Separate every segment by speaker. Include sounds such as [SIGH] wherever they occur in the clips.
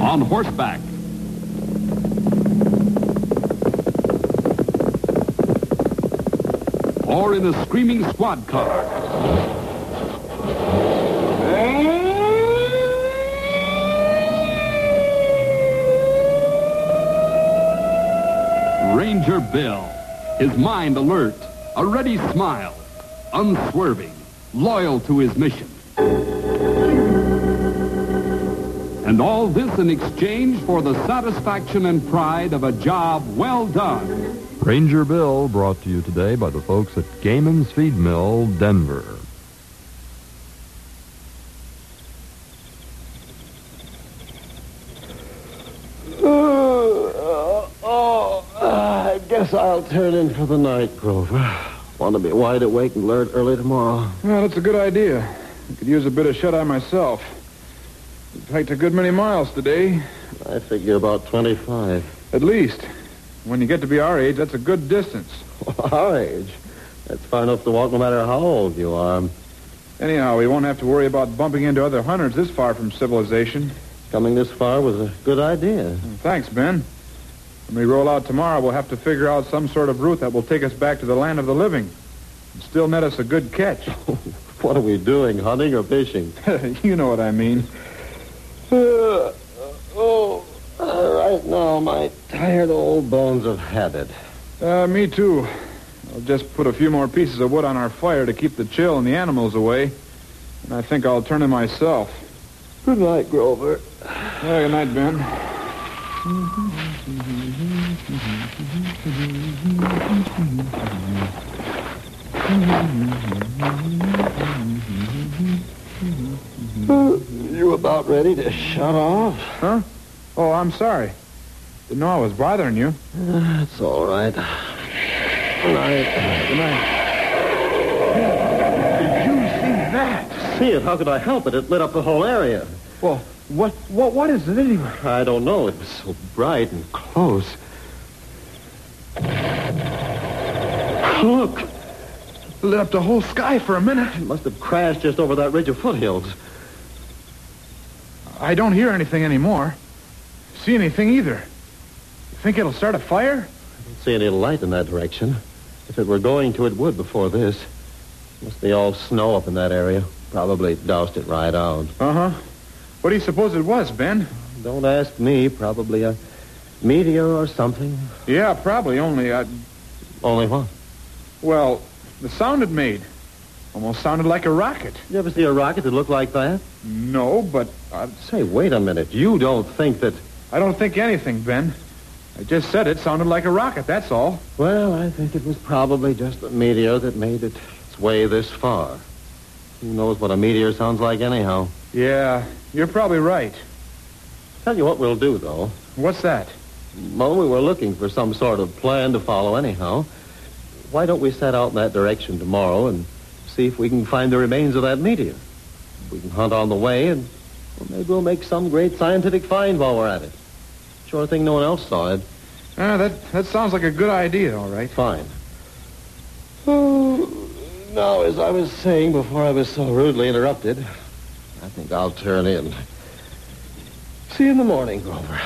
Speaker 1: on horseback, or in a screaming squad car. Ranger Bill, his mind alert, a ready smile, unswerving, loyal to his mission. And all this in exchange for the satisfaction and pride of a job well done.
Speaker 2: Ranger Bill brought to you today by the folks at Gaiman's Feed Mill, Denver.
Speaker 3: Oh, oh, I guess I'll turn in for the night, Grover. Want to be wide awake and alert early tomorrow.
Speaker 4: Well, that's a good idea. I could use a bit of shut-eye myself. We hiked a good many miles today,
Speaker 3: I figure about 25.
Speaker 4: at least. When you get to be our age, that's a good distance.
Speaker 3: [LAUGHS] Our age. That's far enough to walk no matter how old you are.
Speaker 4: Anyhow, we won't have to worry about bumping into other hunters this far from civilization.
Speaker 3: Coming this far was a good idea.
Speaker 4: Thanks, Ben. When we roll out tomorrow, we'll have to figure out some sort of route that will take us back to the land of the living. And still net us a good catch. [LAUGHS]
Speaker 3: What are we doing, hunting or fishing?
Speaker 4: you know what I mean.
Speaker 3: Uh, [SIGHS] oh, uh, right now my tired old bones have had it.
Speaker 4: Uh, me too. I'll just put a few more pieces of wood on our fire to keep the chill and the animals away. And I think I'll turn in myself.
Speaker 3: Good night, Grover.
Speaker 4: Yeah, good night, Ben.
Speaker 3: You about ready to shut off?
Speaker 4: Oh, I'm sorry. Didn't know I was bothering you.
Speaker 3: That's all right. Good night.
Speaker 4: Good night. Did you see that?
Speaker 3: See it? How could I help it? It lit up the whole area.
Speaker 4: Well, what, what, what is it anyway?
Speaker 3: I don't know. It was so bright and close. Look,
Speaker 4: Lit up the whole sky for a minute.
Speaker 3: it must have crashed just over that ridge of foothills.
Speaker 4: I don't hear anything anymore. See anything either. You think it'll start a fire?
Speaker 3: See any light in that direction? If it were going to, it would before this. Must be all snow up in that area. Probably doused it right out.
Speaker 4: Uh huh. What do you suppose it was, Ben?
Speaker 3: Don't ask me. Probably a meteor or something.
Speaker 4: Yeah, probably. Only, uh,
Speaker 3: Only what?
Speaker 4: well, the sound it made almost sounded like a rocket.
Speaker 3: You ever see a rocket that looked like that?
Speaker 4: No, but I,
Speaker 3: Say, wait a minute. You don't think that
Speaker 4: I don't think anything, Ben. I just said it sounded like a rocket, that's all.
Speaker 3: Well, I think it was probably just a meteor that made it its way this far. Who knows what a meteor sounds like anyhow?
Speaker 4: Yeah, you're probably right.
Speaker 3: Tell you what we'll do, though.
Speaker 4: What's that?
Speaker 3: Well, we were looking for some sort of plan to follow anyhow. Why don't we set out in that direction tomorrow and see if we can find the remains of that meteor? We can hunt on the way, and well, maybe we'll make some great scientific find while we're at it. Sure thing no one else saw it.
Speaker 4: Uh, that, that sounds like a good idea, all right.
Speaker 3: Fine. Oh, now, as I was saying before I was so rudely interrupted, I think I'll turn in. See you in the morning, Grover.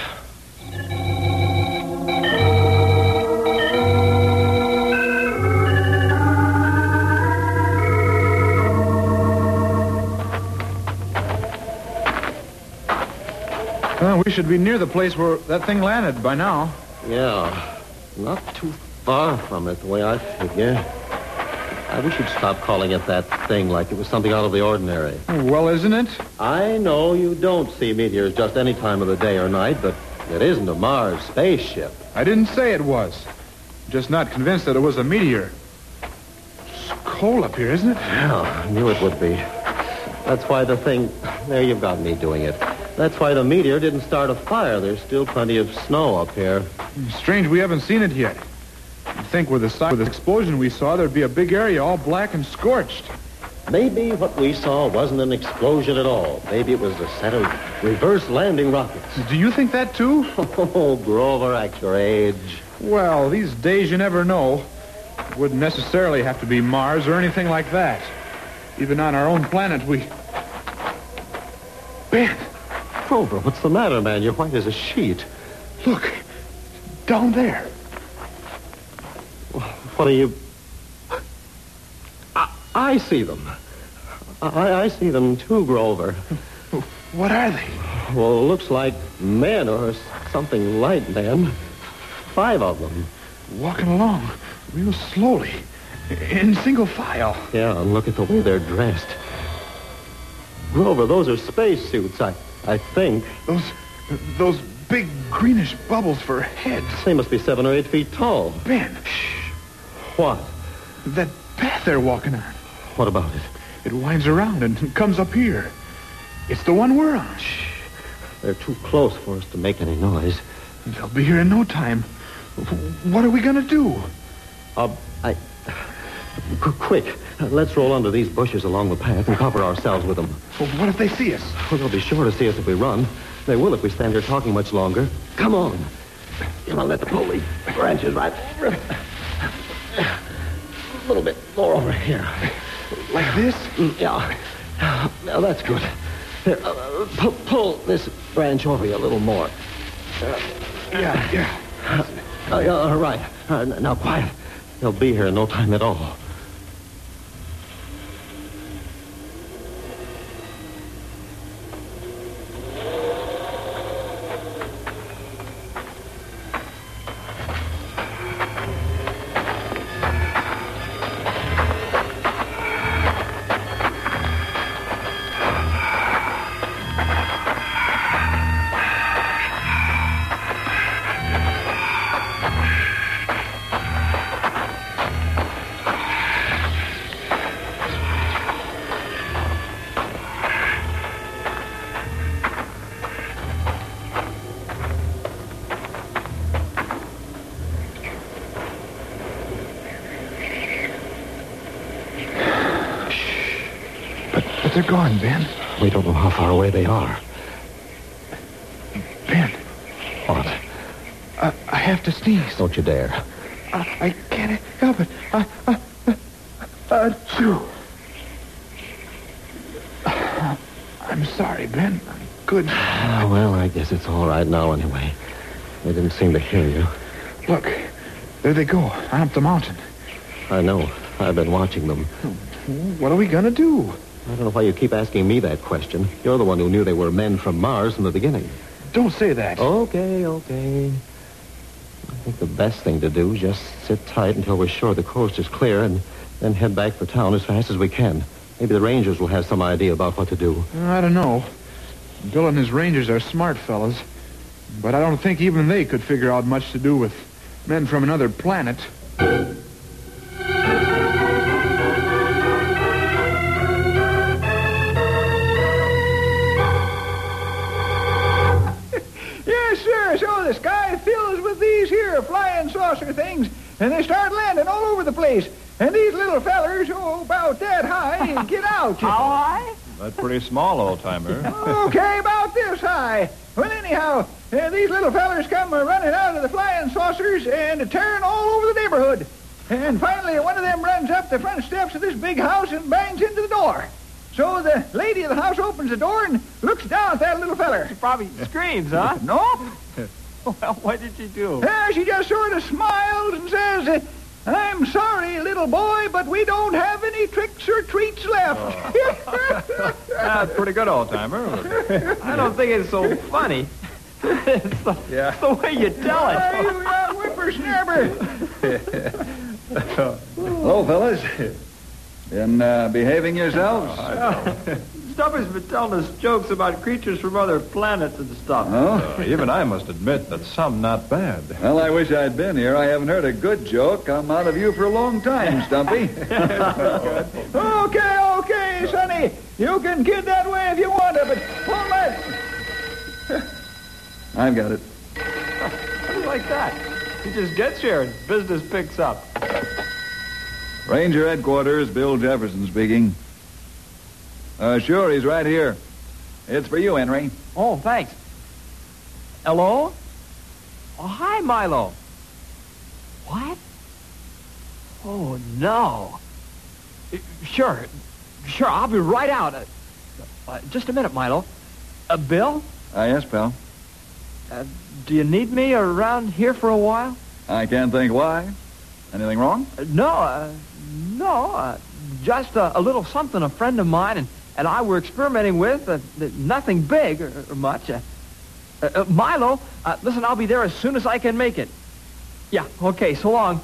Speaker 4: Uh, we should be near the place where that thing landed by now.
Speaker 3: Yeah, not too far from it, the way I figure. I wish you'd stop calling it that thing like it was something out of the ordinary.
Speaker 4: Well, isn't it?
Speaker 3: I know you don't see meteors just any time of the day or night, but it isn't a Mars spaceship. [CLEARS THROAT]
Speaker 4: I didn't say it was. Just not convinced that it was a meteor. It's cold up here,
Speaker 3: Oh,
Speaker 4: isn't it?
Speaker 3: Yeah, I knew it would be. That's why the thing. There, you've got me doing it. That's why the meteor didn't start a fire. There's still plenty of snow up here.
Speaker 4: Strange we haven't seen it yet. you think with the size of the explosion we saw, there'd be a big area all black and scorched.
Speaker 3: Maybe what we saw wasn't an explosion at all. Maybe it was a set of reverse landing rockets.
Speaker 4: Do you think that, too?
Speaker 3: Oh, Grover, at your age.
Speaker 4: Well, these days you never know. It wouldn't necessarily have to be Mars or anything like that. Even on our own planet, we... Ben,
Speaker 3: Grover, what's the matter, man? You're white as a sheet.
Speaker 4: look. Down there.
Speaker 3: What are you... I, I see them. I, I see them too, Grover.
Speaker 4: What are they?
Speaker 3: Well, it looks like men or s- something like men. Five of them.
Speaker 4: Walking along, real slowly, in single file.
Speaker 3: Yeah, and look at the way they're dressed. Grover, those are space suits, I, I think.
Speaker 4: Those, those big greenish bubbles for heads.
Speaker 3: They must be seven or eight feet tall.
Speaker 4: Ben,
Speaker 3: What?
Speaker 4: that path they're walking on.
Speaker 3: What about it?
Speaker 4: It winds around and comes up here. It's the one we're on.
Speaker 3: They're too close for us to make any noise.
Speaker 4: They'll be here in no time. What are we gonna do?
Speaker 3: Uh, I... Qu- quick, uh, let's roll under these bushes along the path and cover ourselves with them.
Speaker 4: What if they see us?
Speaker 3: Well, they'll be sure to see us if we run. They will if we stand here talking much longer. Come on. Come on, let the pull these branches right over. A little bit more over here.
Speaker 4: Like this?
Speaker 3: Mm, Yeah. Now, that's good. Here, uh, uh, pu- pull this branch over you a little more.
Speaker 4: Yeah, yeah.
Speaker 3: Uh, yeah, all right. Uh, n- now, quiet. They'll be here in no time at all.
Speaker 4: But they're gone, Ben.
Speaker 3: We don't know how far away they are.
Speaker 4: Ben,
Speaker 3: What?
Speaker 4: I, I have to sneeze.
Speaker 3: Don't you dare.
Speaker 4: I, I can't help it. I, I, I, achoo. I'm sorry, Ben. I'm good.
Speaker 3: Ah, well, I guess it's all right now anyway. They didn't seem to hear you.
Speaker 4: Look, there they go, on up the mountain.
Speaker 3: I know. I've been watching them.
Speaker 4: What are we gonna do?
Speaker 3: I don't know why you keep asking me that question. You're the one who knew they were men from Mars from the beginning.
Speaker 4: Don't say that.
Speaker 3: Okay, okay. I think the best thing to do is just sit tight until we're sure the coast is clear and then head back for town as fast as we can. Maybe the rangers will have some idea about what to do.
Speaker 4: Uh, I don't know. Bill and his rangers are smart fellows, but I don't think even they could figure out much to do with men from
Speaker 5: [LAUGHS]
Speaker 4: another planet.
Speaker 5: Yeah, sure. So oh, the sky fills with these here flying saucer things, and they start landing all over the place. And these little fellers, oh, about that
Speaker 4: [LAUGHS]
Speaker 5: high, get out.
Speaker 6: How high?
Speaker 7: That's pretty small, old timer.
Speaker 5: okay, about this high. Well, anyhow, uh, these little fellers come uh, running out of the flying saucers and tearing all over the neighborhood. And finally, one of them runs up the front steps of this big house and bangs into the door. So the lady of the house opens the door and looks down at that little feller.
Speaker 6: Probably screams, huh?
Speaker 5: Nope.
Speaker 6: Well, what did she do?
Speaker 5: Uh, she just sort of smiles and says, uh, I'm sorry, little boy, but we don't have any tricks or treats left.
Speaker 7: [LAUGHS] That's Ah, pretty good, old timer.
Speaker 6: I don't think it's so funny. [LAUGHS] it's, the,
Speaker 7: Yeah.
Speaker 6: it's the way you tell it.
Speaker 5: Hey, you young whippersnapper.
Speaker 7: [LAUGHS] Hello, fellas. Been uh, behaving yourselves?
Speaker 6: Stuff has been telling us jokes about creatures from other planets and stuff.
Speaker 7: Uh, even I must admit that some not bad.
Speaker 8: Well, I wish I'd been here. I haven't heard a good joke come out of you for a long time,
Speaker 7: [LAUGHS]
Speaker 8: Stumpy.
Speaker 5: Okay, okay, sonny. You can kid that way if you want to, but all right.
Speaker 8: [LAUGHS] I've got it.
Speaker 6: How do you like that? He just gets here and business picks up.
Speaker 8: Ranger headquarters, Bill Jefferson speaking. Uh, sure, he's right here. It's for you, Henry.
Speaker 6: Oh, thanks. Hello? Oh, hi, Milo. What? Oh, no. Uh, Sure. Sure, I'll be right out. Uh, uh, just a minute, Milo. Uh, Bill, uh,
Speaker 8: Ah, yes, pal.
Speaker 6: do you need me around here for a while?
Speaker 8: I can't think why. Anything wrong?
Speaker 6: Uh, no, uh, no. Uh, just a, a little something a friend of mine and, and I were experimenting with. Uh, th- nothing big or, or much. Uh, uh, uh, Milo, uh, listen, I'll be there as soon as I can make it. Yeah, okay, so long.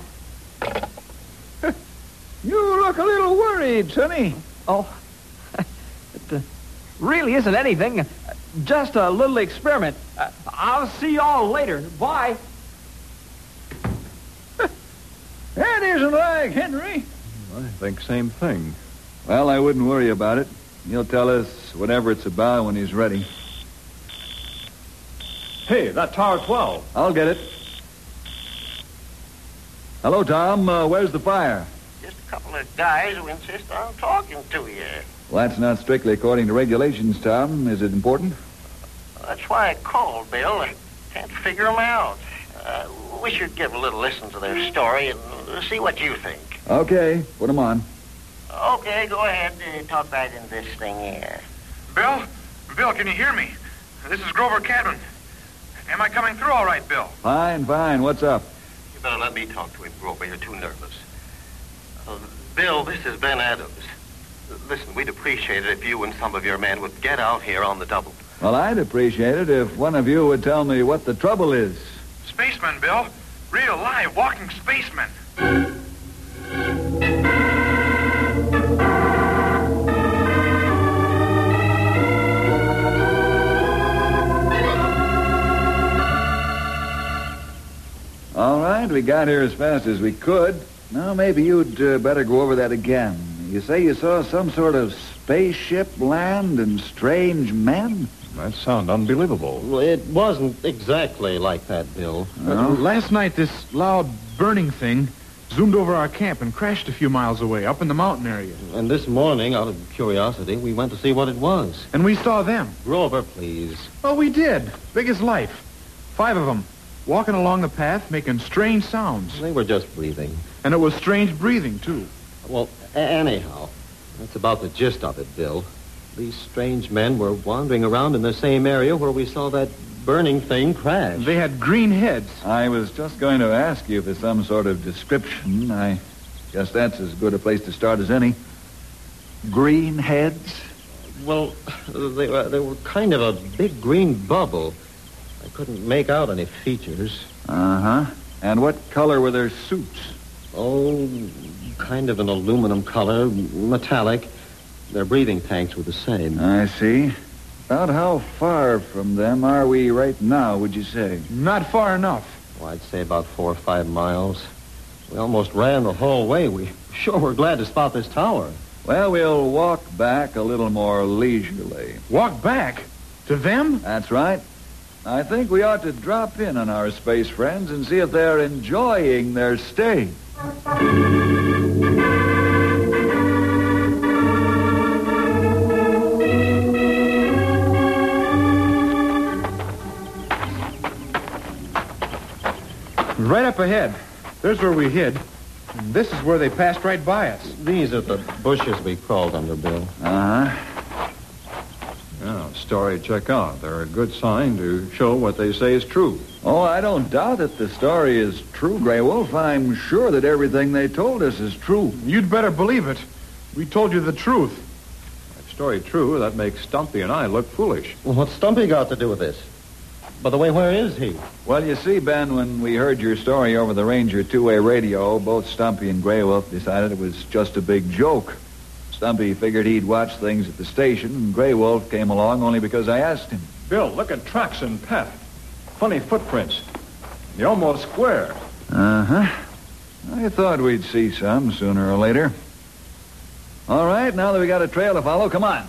Speaker 5: You look a little worried, Sonny.
Speaker 6: Oh, it uh, really isn't anything. Uh, Just a little experiment. Uh, I'll see y'all later. Bye.
Speaker 5: That isn't like Henry.
Speaker 2: I think same thing.
Speaker 8: Well, I wouldn't worry about it. He'll tell us whatever it's about when he's ready.
Speaker 7: Hey, that Tower 12.
Speaker 8: I'll get it. Hello, Tom. Uh, where's the fire?
Speaker 9: Just a couple of guys who insist on talking to you.
Speaker 8: Well, that's not strictly according to regulations, Tom. Is it important?
Speaker 9: That's why I called, Bill. I can't figure 'em out. Uh, we should give a little listen to their story and see what you think.
Speaker 8: Okay, put him on.
Speaker 9: Okay, go ahead. Uh, talk right into this thing here.
Speaker 10: Bill? Bill, can you hear me? This is Grover Cadman. Am I coming through all right, Bill?
Speaker 8: Fine, fine. What's up?
Speaker 9: You better let me talk to him, Grover. You're too nervous. Uh, Bill, this is Ben Adams. Uh, Listen, we'd appreciate it if you and some of your men would get out here on the double.
Speaker 8: Well, I'd appreciate it if one of you would tell me what the trouble is.
Speaker 10: Spaceman, Bill. Real, live, walking spaceman.
Speaker 8: All right, we got here as fast as we could. Now, maybe you'd uh, better go over that again. You say you saw some sort of spaceship land and strange men?
Speaker 2: That sound unbelievable.
Speaker 3: Well, it wasn't exactly like that, Bill.
Speaker 4: Uh, last night, this loud burning thing zoomed over our camp and crashed a few miles away, up in the mountain area.
Speaker 3: And this morning, out of curiosity, we went to see what it was.
Speaker 4: And we saw them.
Speaker 3: Grover, please.
Speaker 4: Well, we did. Big as life. Five of them, walking along the path, making strange sounds.
Speaker 3: They were just breathing.
Speaker 4: And it was strange breathing, too.
Speaker 3: Well, a- anyhow, that's about the gist of it, Bill. These strange men were wandering around in the same area where we saw that burning thing crash.
Speaker 4: They had green heads.
Speaker 8: I was just going to ask you for some sort of description. I guess that's as good a place to start as any. Green heads?
Speaker 3: Well, [LAUGHS] they were, they were kind of a big green bubble. I couldn't make out any features.
Speaker 8: Uh huh. And what color were their suits?
Speaker 3: Oh, kind of an aluminum color, metallic. Their breathing tanks were the same.
Speaker 8: I see. About how far from them are we right now, would you say?
Speaker 4: Not far enough.
Speaker 3: Oh, I'd say about four or five miles. We almost ran the whole way. We [LAUGHS] sure were glad to spot this tower.
Speaker 8: Well, we'll walk back a little more leisurely.
Speaker 4: Walked back. To them?
Speaker 8: That's right. I think we ought to drop in on our space friends and see if they're enjoying their stay.
Speaker 4: Right up ahead. There's where we hid. And this is where they passed right by us.
Speaker 3: These are the bushes we crawled under, Bill.
Speaker 8: Uh huh.
Speaker 2: Yeah, story check out. They're a good sign to show what they say is true.
Speaker 8: Oh, I don't doubt that the story is true, Grey Wolf. I'm sure that everything they told us is true.
Speaker 4: You'd better believe it. We told you the truth.
Speaker 2: If story true, that makes Stumpy and I look foolish.
Speaker 3: Well, what's Stumpy got to do with this? By the way, where is he?
Speaker 8: Well, you see, Ben, when we heard your story over the Ranger two-way radio, both Stumpy and Grey Wolf decided it was just a big joke. Stumpy figured he'd watch things at the station, and Grey Wolf came along only because I asked him.
Speaker 2: Bill, look at tracks and path. Funny footprints. They're almost square.
Speaker 8: Uh-huh. I thought we'd see some sooner or later. All right, now that we got a trail to follow, come on.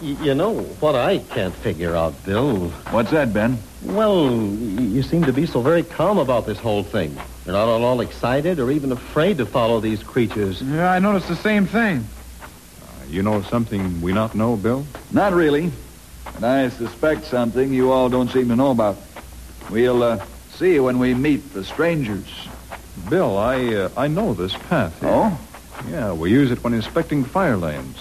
Speaker 3: Y- You know what I can't figure out, Bill?
Speaker 8: What's that, Ben?
Speaker 3: Well, y- you seem to be so very calm about this whole thing. You're not at all excited or even afraid to follow these creatures.
Speaker 4: Yeah, I noticed the same thing.
Speaker 8: You know something we not know, Bill? Not really. And I suspect something you all don't seem to know about. We'll uh, see when we meet the strangers.
Speaker 11: Bill, I uh, I know this path. Here.
Speaker 8: Oh?
Speaker 11: Yeah, we use it when inspecting fire lanes.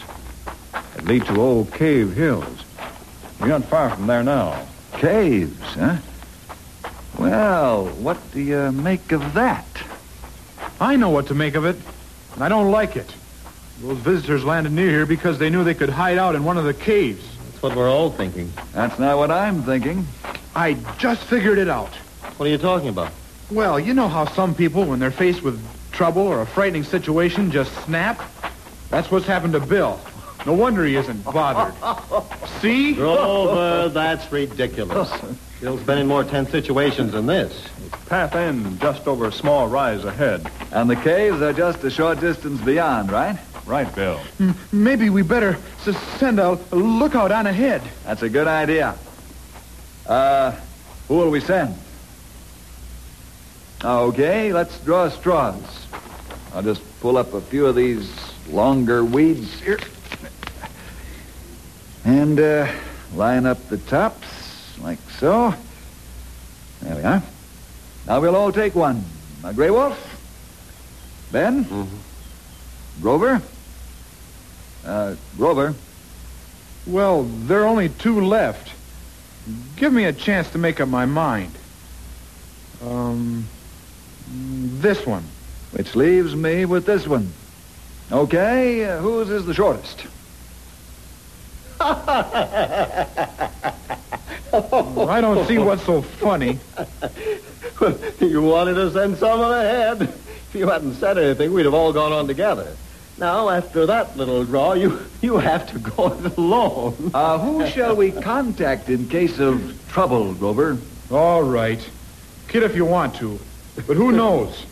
Speaker 11: It leads to old cave hills. You're not far from there now.
Speaker 8: Caves, huh? Well, what do you make of that?
Speaker 12: I know what to make of it, and I don't like it. Those visitors landed near here because they knew they could hide out in one of the caves.
Speaker 3: That's what we're all thinking.
Speaker 8: That's not what I'm thinking.
Speaker 12: I just figured it out.
Speaker 3: What are you talking about?
Speaker 12: Well, you know how some people, when they're faced with trouble or a frightening situation, just snap? That's what's happened to Bill. No wonder he isn't
Speaker 3: [LAUGHS]
Speaker 12: bothered. See?
Speaker 3: Grover, that's ridiculous. Bill's been in more tense situations than this.
Speaker 11: Path ends just over a small rise ahead.
Speaker 8: And the caves are just a short distance beyond, right?
Speaker 11: Right, Bill.
Speaker 12: M- Maybe we better s- send a a lookout on ahead.
Speaker 8: That's a good idea. Uh, who will we send? Okay, let's draw straws. I'll just pull up a few of these longer weeds here. And uh, line up the tops like so. There we are. Now we'll all take one. Now, Grey Wolf, Ben, Grover, uh, Grover,
Speaker 12: Well, there are only two left. Give me a chance to make up my mind. Um, mm, this one.
Speaker 8: Which leaves me with this one. Okay, uh, whose is the shortest?
Speaker 12: I don't see what's so funny.
Speaker 3: you wanted to send someone ahead. If you hadn't said anything, we'd have all gone on together. Now, after that little draw, you, you have to go [LAUGHS] it alone.
Speaker 8: Uh, who shall we contact in case of trouble, Grover?
Speaker 12: All right. Kid if you want to. But who knows?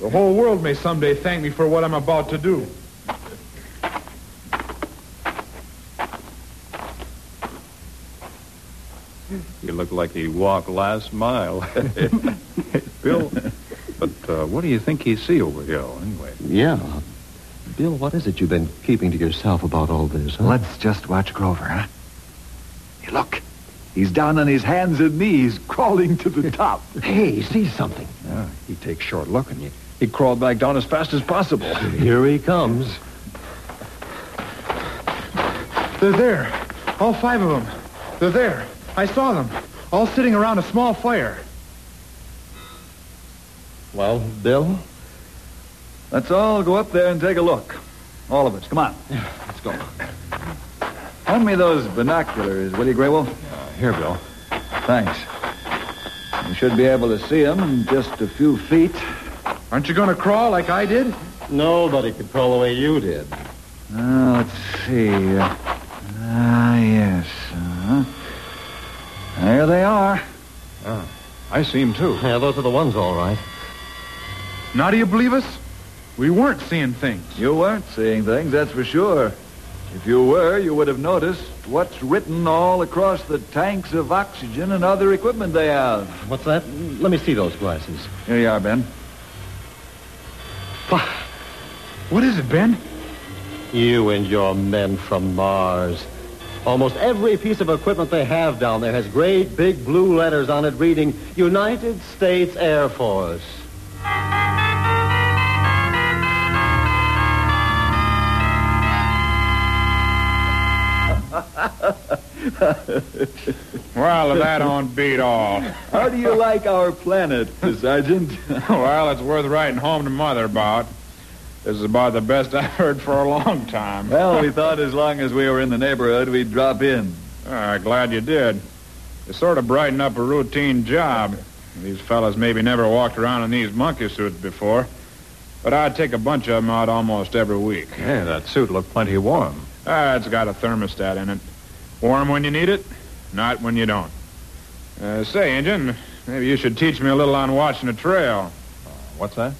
Speaker 12: The whole world may someday thank me for what I'm about to do.
Speaker 11: You look like he walked last
Speaker 8: [LAUGHS]
Speaker 11: mile. Bill, but uh, what do you think he see over here, anyway?
Speaker 3: Yeah. Bill, what is it you've been keeping to yourself about all this? Huh?
Speaker 8: Let's just watch Grover, huh? Hey, look. He's down on his hands and knees, crawling
Speaker 3: [LAUGHS]
Speaker 8: to the top.
Speaker 11: Hey, he sees something. Yeah, he takes short look, and he, he crawled back down as fast as possible.
Speaker 3: Here he comes.
Speaker 12: They're there. All five of them. They're there. I saw them. All sitting around a small fire.
Speaker 3: Well, Bill?
Speaker 8: Let's all go up there and take a look. All of us. Come on.
Speaker 11: Let's go.
Speaker 8: Hand me those binoculars, will you, Grey Wolf?
Speaker 11: Uh, Here, Bill.
Speaker 8: Thanks. You should be able to see him in just a few feet.
Speaker 12: Aren't you going to crawl like I did?
Speaker 3: Nobody could crawl the way you did.
Speaker 8: Uh, let's see. Uh, Ah, yes. Uh-huh. There they are.
Speaker 12: Ah,
Speaker 11: I see him, too.
Speaker 3: Yeah, those are the ones, all right.
Speaker 12: Now do you believe us? We weren't seeing things.
Speaker 8: You weren't seeing things, that's for sure. If you were, you would have noticed what's written all across the tanks of oxygen and other equipment they have.
Speaker 3: What's that? Let me see those glasses.
Speaker 8: Here you are, Ben.
Speaker 12: What is it, Ben?
Speaker 3: You and your men from Mars. Almost every piece of equipment they have down there has great big blue letters on it reading United States Air Force.
Speaker 4: Well, that don't beat all. [LAUGHS]
Speaker 8: How do you like
Speaker 12: [LAUGHS]
Speaker 8: our planet, Sergeant?
Speaker 4: well, it's worth writing home to Mother about. This is about the best [LAUGHS] I've heard for a long time.
Speaker 8: well, we thought as long as we were in the neighborhood, we'd drop in.
Speaker 4: Ah, glad you did. You sort of brighten up a routine job. These fellas maybe never walked around in these monkey suits before, but I take a bunch of them out almost every week.
Speaker 11: Yeah, that suit looked plenty warm.
Speaker 4: Ah, it's got a thermostat in it. Warm when you need it, not when you don't. Uh, say, Injun, maybe you should teach me a little on watching a trail.
Speaker 11: What's that?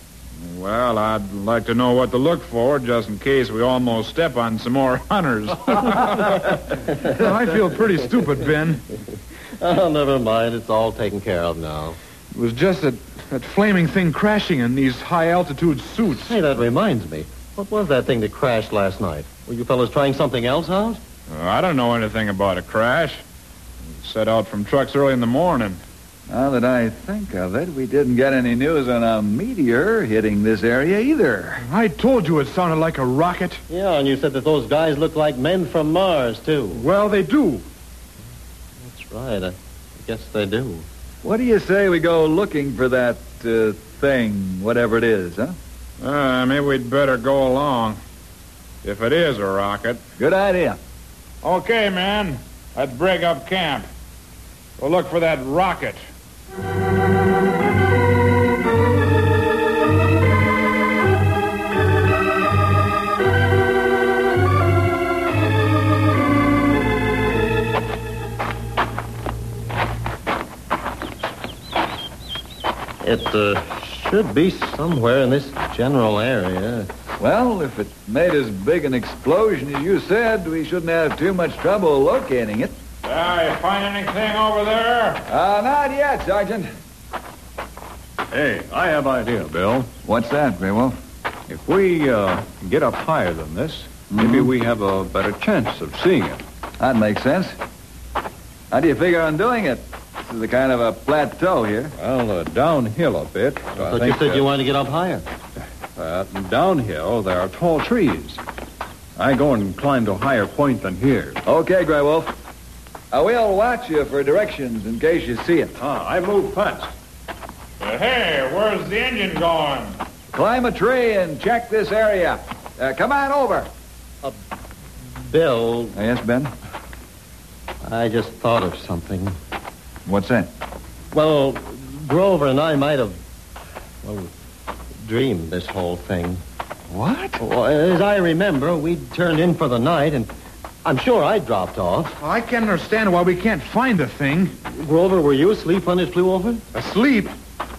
Speaker 4: Well, I'd like to know what to look for just in case we almost step on some more [LAUGHS] hunters.
Speaker 12: Well, I feel pretty stupid, Ben.
Speaker 3: [LAUGHS] Oh, never mind. It's all taken care of now.
Speaker 12: It was just that, that flaming thing crashing in these high altitude suits.
Speaker 3: Hey, that reminds me. What was that thing that crashed last night? Were you fellas trying something else out?
Speaker 4: Uh, I don't know anything about a crash. We set out from trucks early in the morning.
Speaker 8: Now that I think of it, we didn't get any news on a meteor hitting this area either.
Speaker 12: I told you it sounded like a rocket.
Speaker 3: Yeah, and you said that those guys looked like men from Mars, too.
Speaker 12: Well, they do.
Speaker 3: That's right. I guess they do.
Speaker 8: What do you say we go looking for that uh, thing, whatever it is, huh?
Speaker 4: Uh, maybe we'd better go along. If it is a rocket.
Speaker 8: Good idea.
Speaker 4: Okay, man. Let's break up camp. Go look for that rocket.
Speaker 3: It uh, should be somewhere in this general area.
Speaker 8: Well, if it made as big an explosion as you said, we shouldn't have too much trouble locating it.
Speaker 4: Uh, you find anything over there?
Speaker 8: Uh,
Speaker 3: Ah,
Speaker 8: not yet, Sergeant.
Speaker 11: Hey, I have an idea, Bill.
Speaker 8: What's that, Grey Wolf?
Speaker 11: If we uh, get up higher than this, maybe we have a better chance of seeing it.
Speaker 8: Mm-hmm. That makes sense. How do you figure on doing it? This is a kind of a plateau here.
Speaker 11: Well, uh, downhill a bit. I
Speaker 3: But you
Speaker 11: think,
Speaker 3: said
Speaker 11: uh,
Speaker 3: you wanted to get up higher.
Speaker 11: Uh, downhill, there are tall trees. I go and climb to a higher point than here.
Speaker 8: Okay, Grey Wolf. I will watch you for directions in case you see it.
Speaker 11: Ah, I move fast.
Speaker 4: Uh, hey, where's the engine going?
Speaker 8: Climb a tree and check this area. Uh, come on over.
Speaker 3: Bill,
Speaker 8: Uh, yes, Ben?
Speaker 3: I just thought of something.
Speaker 8: What's that?
Speaker 3: Well, Grover and I might have, well, dreamed this whole thing.
Speaker 8: What?
Speaker 3: Well, as I remember, we turned in for the night, and I'm sure I dropped off.
Speaker 12: I can't understand why we can't find the thing.
Speaker 3: Grover, were you asleep when it flew over?
Speaker 12: Asleep?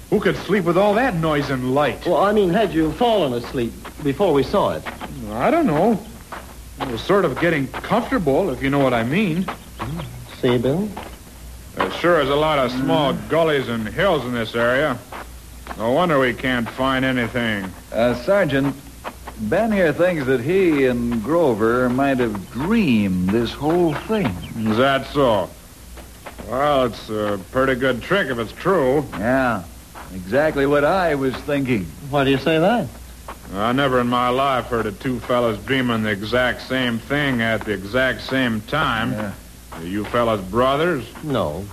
Speaker 12: Who could sleep with all that noise and light?
Speaker 3: Well, I mean, had you fallen asleep before we saw it?
Speaker 12: I don't know. It was sort of getting comfortable, if you know what I mean.
Speaker 3: See, Bill?
Speaker 4: There sure is a lot of small gullies and hills in this area. No wonder we can't find anything.
Speaker 8: Uh, Sergeant, Ben here thinks that he and Grover might have dreamed this whole thing.
Speaker 4: Is that so? Well, it's a pretty good trick if it's true.
Speaker 8: Yeah, exactly what I was thinking.
Speaker 3: Why do you say that?
Speaker 4: I never in my life heard of two fellas dreaming the exact same thing at the exact same time.
Speaker 8: Yeah.
Speaker 4: Are you fellas brothers?
Speaker 3: No.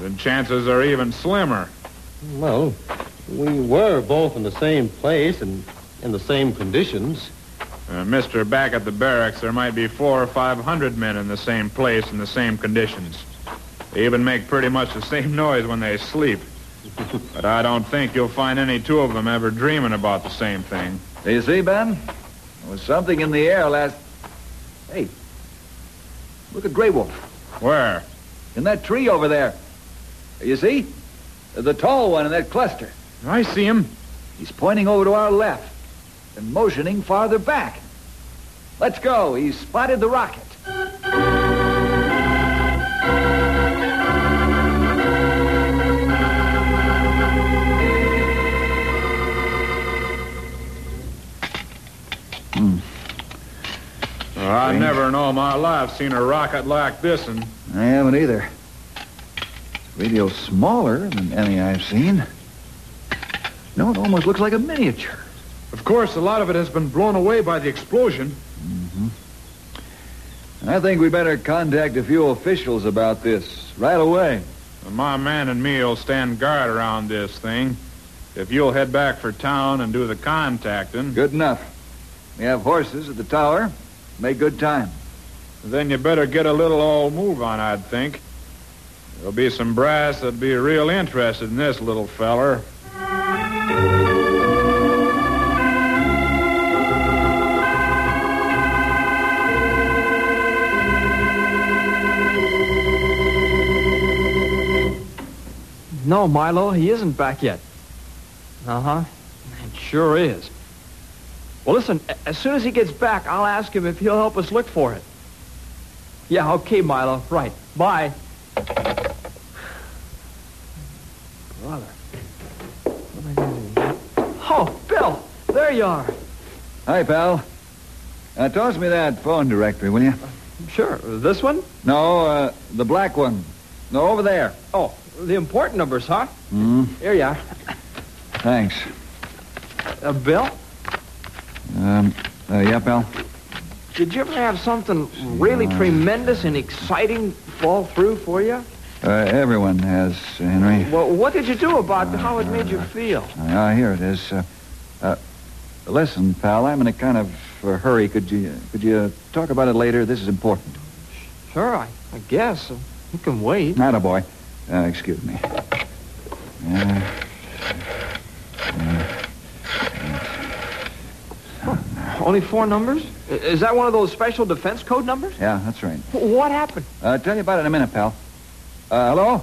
Speaker 4: Then chances are even slimmer.
Speaker 3: Well, we were both in the same place and in the same conditions.
Speaker 4: Uh, mister, back at the barracks, there might be four or five hundred men in the same place in the same conditions. They even make pretty much the same [LAUGHS] noise when they sleep. but I don't think you'll find any two of them ever dreaming about the same thing.
Speaker 8: Do you see, Ben? There was something in the air last. Hey, look at Grey Wolf
Speaker 4: Where?
Speaker 8: in that tree over there. You see? The tall one in that cluster.
Speaker 12: I see him.
Speaker 8: He's pointing over to our left and motioning farther back. Let's go. He's spotted the rocket.
Speaker 4: Uh, I never in all my life seen a rocket like this, and
Speaker 8: I haven't either. Radio's smaller than any I've seen. No, it almost looks like a miniature.
Speaker 12: Of course, a lot of it has been blown away by the explosion.
Speaker 8: I think we better contact a few officials about this right away.
Speaker 4: my man and me'll stand guard around this thing. If you'll head back for town and do the contacting,
Speaker 8: Good enough. We have horses at the tower. Make good time.
Speaker 4: then you better get a little old move on, I'd think. There'll be some brass that'd be real interested in this little feller.
Speaker 6: No, Milo, he isn't back yet. Uh huh. sure is. Well, listen, a- as soon as he gets back, I'll ask him if he'll help us look for it. Yeah, okay, Milo. Right. Bye. Brother. What am I going to do? Oh, Bill! There you are.
Speaker 8: Hi, pal. Uh, toss me that phone directory, will you?
Speaker 6: Sure. This one?
Speaker 8: No, uh, the black one. No, over there.
Speaker 6: Oh, the important numbers, huh?
Speaker 8: Hmm.
Speaker 6: Here you are.
Speaker 8: Thanks.
Speaker 6: Uh, Bill,
Speaker 8: Um, uh, yeah, pal.
Speaker 6: did you ever have something really tremendous and exciting fall through for you?
Speaker 8: Uh, everyone has, Henry.
Speaker 6: Well, what did you do about how it made you feel?
Speaker 8: Uh, here it is. Uh, uh, listen, pal, I'm in a kind of uh, hurry. Could you could you talk about it later? This is important.
Speaker 6: Sure, I, I guess. You can wait.
Speaker 8: Not a boy. Uh, excuse me. Uh,
Speaker 6: Only four numbers? I- Is that one of those special defense code numbers?
Speaker 8: yeah, that's right.
Speaker 6: Wh- What happened?
Speaker 8: Uh, tell you about it in a minute, pal. Uh, hello?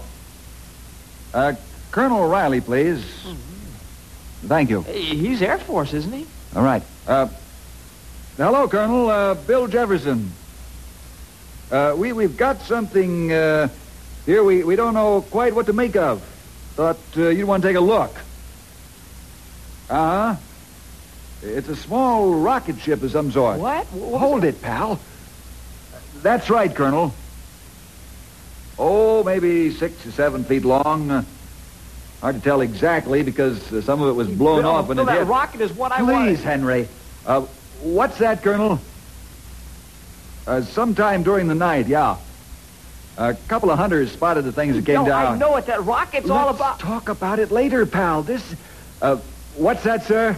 Speaker 8: Uh, Colonel O'Reilly, please. Thank you.
Speaker 6: Hey, He's Air Force, isn't he?
Speaker 8: All right. Uh, hello, Colonel. Uh, Bill Jefferson. Uh, we, we've got something uh, here we, we don't know quite what to make of. Thought uh, you'd want to take a look. Uh-huh. It's a small rocket ship of some sort.
Speaker 6: What?
Speaker 8: Hold it, pal. That's right, Colonel. Oh, maybe six or seven feet long. Uh, hard to tell exactly because uh, some of it was blown
Speaker 6: Bill,
Speaker 8: off when it
Speaker 6: Bill, that
Speaker 8: hit.
Speaker 6: rocket is what I
Speaker 8: Please,
Speaker 6: wanted.
Speaker 8: Henry. Uh, what's that, Colonel? Uh, sometime during the night, yeah. A couple of hunters spotted the things that came
Speaker 6: no,
Speaker 8: down.
Speaker 6: I know what that rocket's all
Speaker 8: Let's
Speaker 6: about.
Speaker 8: Talk about it later, pal. This. Uh, what's that, sir?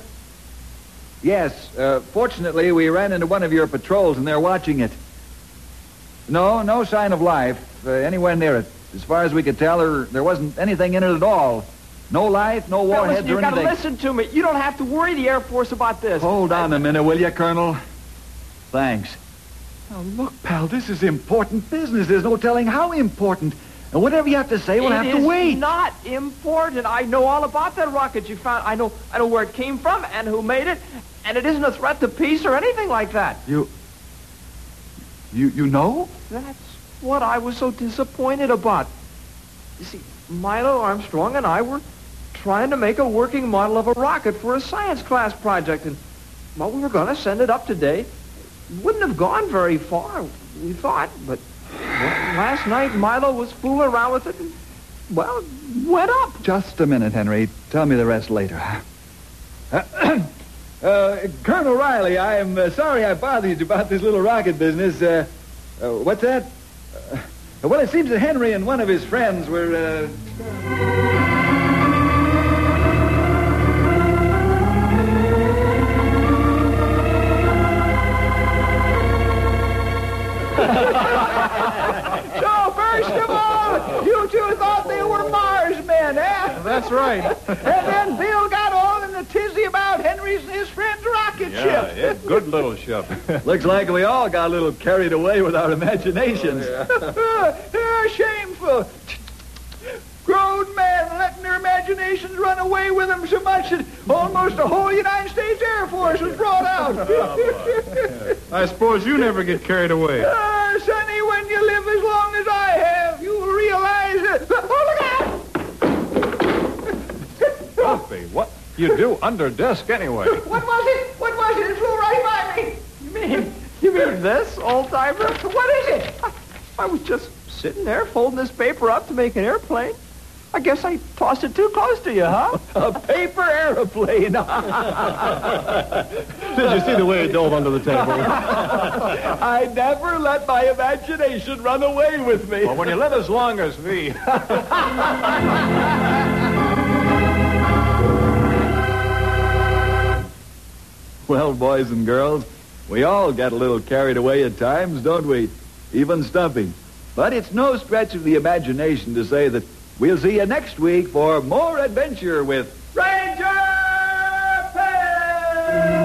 Speaker 8: Yes. Uh, fortunately, we ran into one of your patrols, and they're watching it. No, no sign of life uh, anywhere near it. As far as we could tell, there, there wasn't anything in it at all. No life, no
Speaker 6: Bill,
Speaker 8: warheads
Speaker 6: listen, you
Speaker 8: or
Speaker 6: got to
Speaker 8: anything.
Speaker 6: listen to me. You don't have to worry the Air Force about this.
Speaker 8: Hold on a minute, will you, Colonel? Thanks. Now, look, pal, this is important business. There's no telling how important. And whatever you have to say, we'll
Speaker 6: It
Speaker 8: have to
Speaker 6: is
Speaker 8: wait.
Speaker 6: not important. I know all about that rocket you found. I know I know where it came from and who made it, and it isn't a threat to peace or anything like that.
Speaker 8: You. You, you know?
Speaker 6: That's what I was so disappointed about. You see, Milo Armstrong and I were trying to make a working model of a rocket for a science class project, and well, we were going to send it up today. It wouldn't have gone very far, we thought, but well, last night Milo was fooling around with it, and well, it went up.
Speaker 8: Just a minute, Henry. Tell me the rest later. [CLEARS THROAT] Uh, Colonel Riley, I'm uh, sorry I bothered you about this little rocket business. Uh, uh, what's that? Uh, well, it seems that Henry and one of his friends were. Uh...
Speaker 5: So, first of all, you two thought they were Mars men, eh?
Speaker 12: That's right.
Speaker 5: And then Bill got all in a tizzy about Henry's and his friend's rocket
Speaker 11: Yeah,
Speaker 5: ship.
Speaker 11: yeah, good little ship.
Speaker 8: Looks like we all got a little carried away with our imaginations.
Speaker 5: [LAUGHS] Uh, shameful. Grown men letting their imaginations run away with them so much that almost the whole United States Air Force was brought out.
Speaker 11: [LAUGHS] Oh,
Speaker 12: I suppose you never get carried away.
Speaker 5: Ah, Sonny, when you live as long as I have, you'll realize it. [LAUGHS] Oh,
Speaker 11: Duffy, what you do under desk anyway?
Speaker 5: look out! What was it? What was it? It flew right by me.
Speaker 6: You mean, you mean this, old timer?
Speaker 5: What is it?
Speaker 6: I was just sitting there folding this paper up to make an airplane. I guess I tossed it too close to you, huh?
Speaker 8: a paper [LAUGHS] aeroplane.
Speaker 3: Did you see the way it dove under the
Speaker 8: [LAUGHS]
Speaker 3: table?
Speaker 6: I never let my imagination run away with me.
Speaker 11: Well, when you live as long as me.
Speaker 8: [LAUGHS] Well, boys and girls, we all get a little carried away at times, don't we? Even Stumpy. But it's no stretch of the imagination to say that we'll see you next week for more adventure with
Speaker 5: Ranger Pay!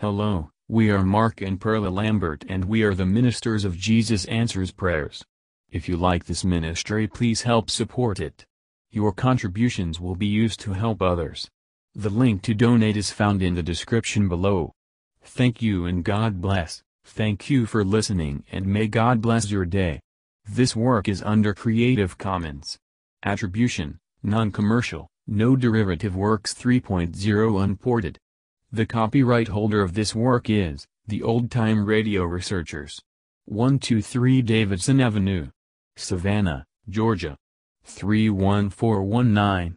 Speaker 13: Hello, We are Mark and Perla Lambert and we are the ministers of Jesus Answers Prayers. If you like this ministry please help support it. Your contributions will be used to help others. The link to donate is found in the description below. Thank you and God bless. Thank you for listening and may God bless your day. This work is under Creative Commons. Attribution, non-commercial, no derivative works 3.0 unported. The copyright holder of this work is, the old-time radio researchers. 123 Davidson Avenue. Savannah, Georgia. 31419.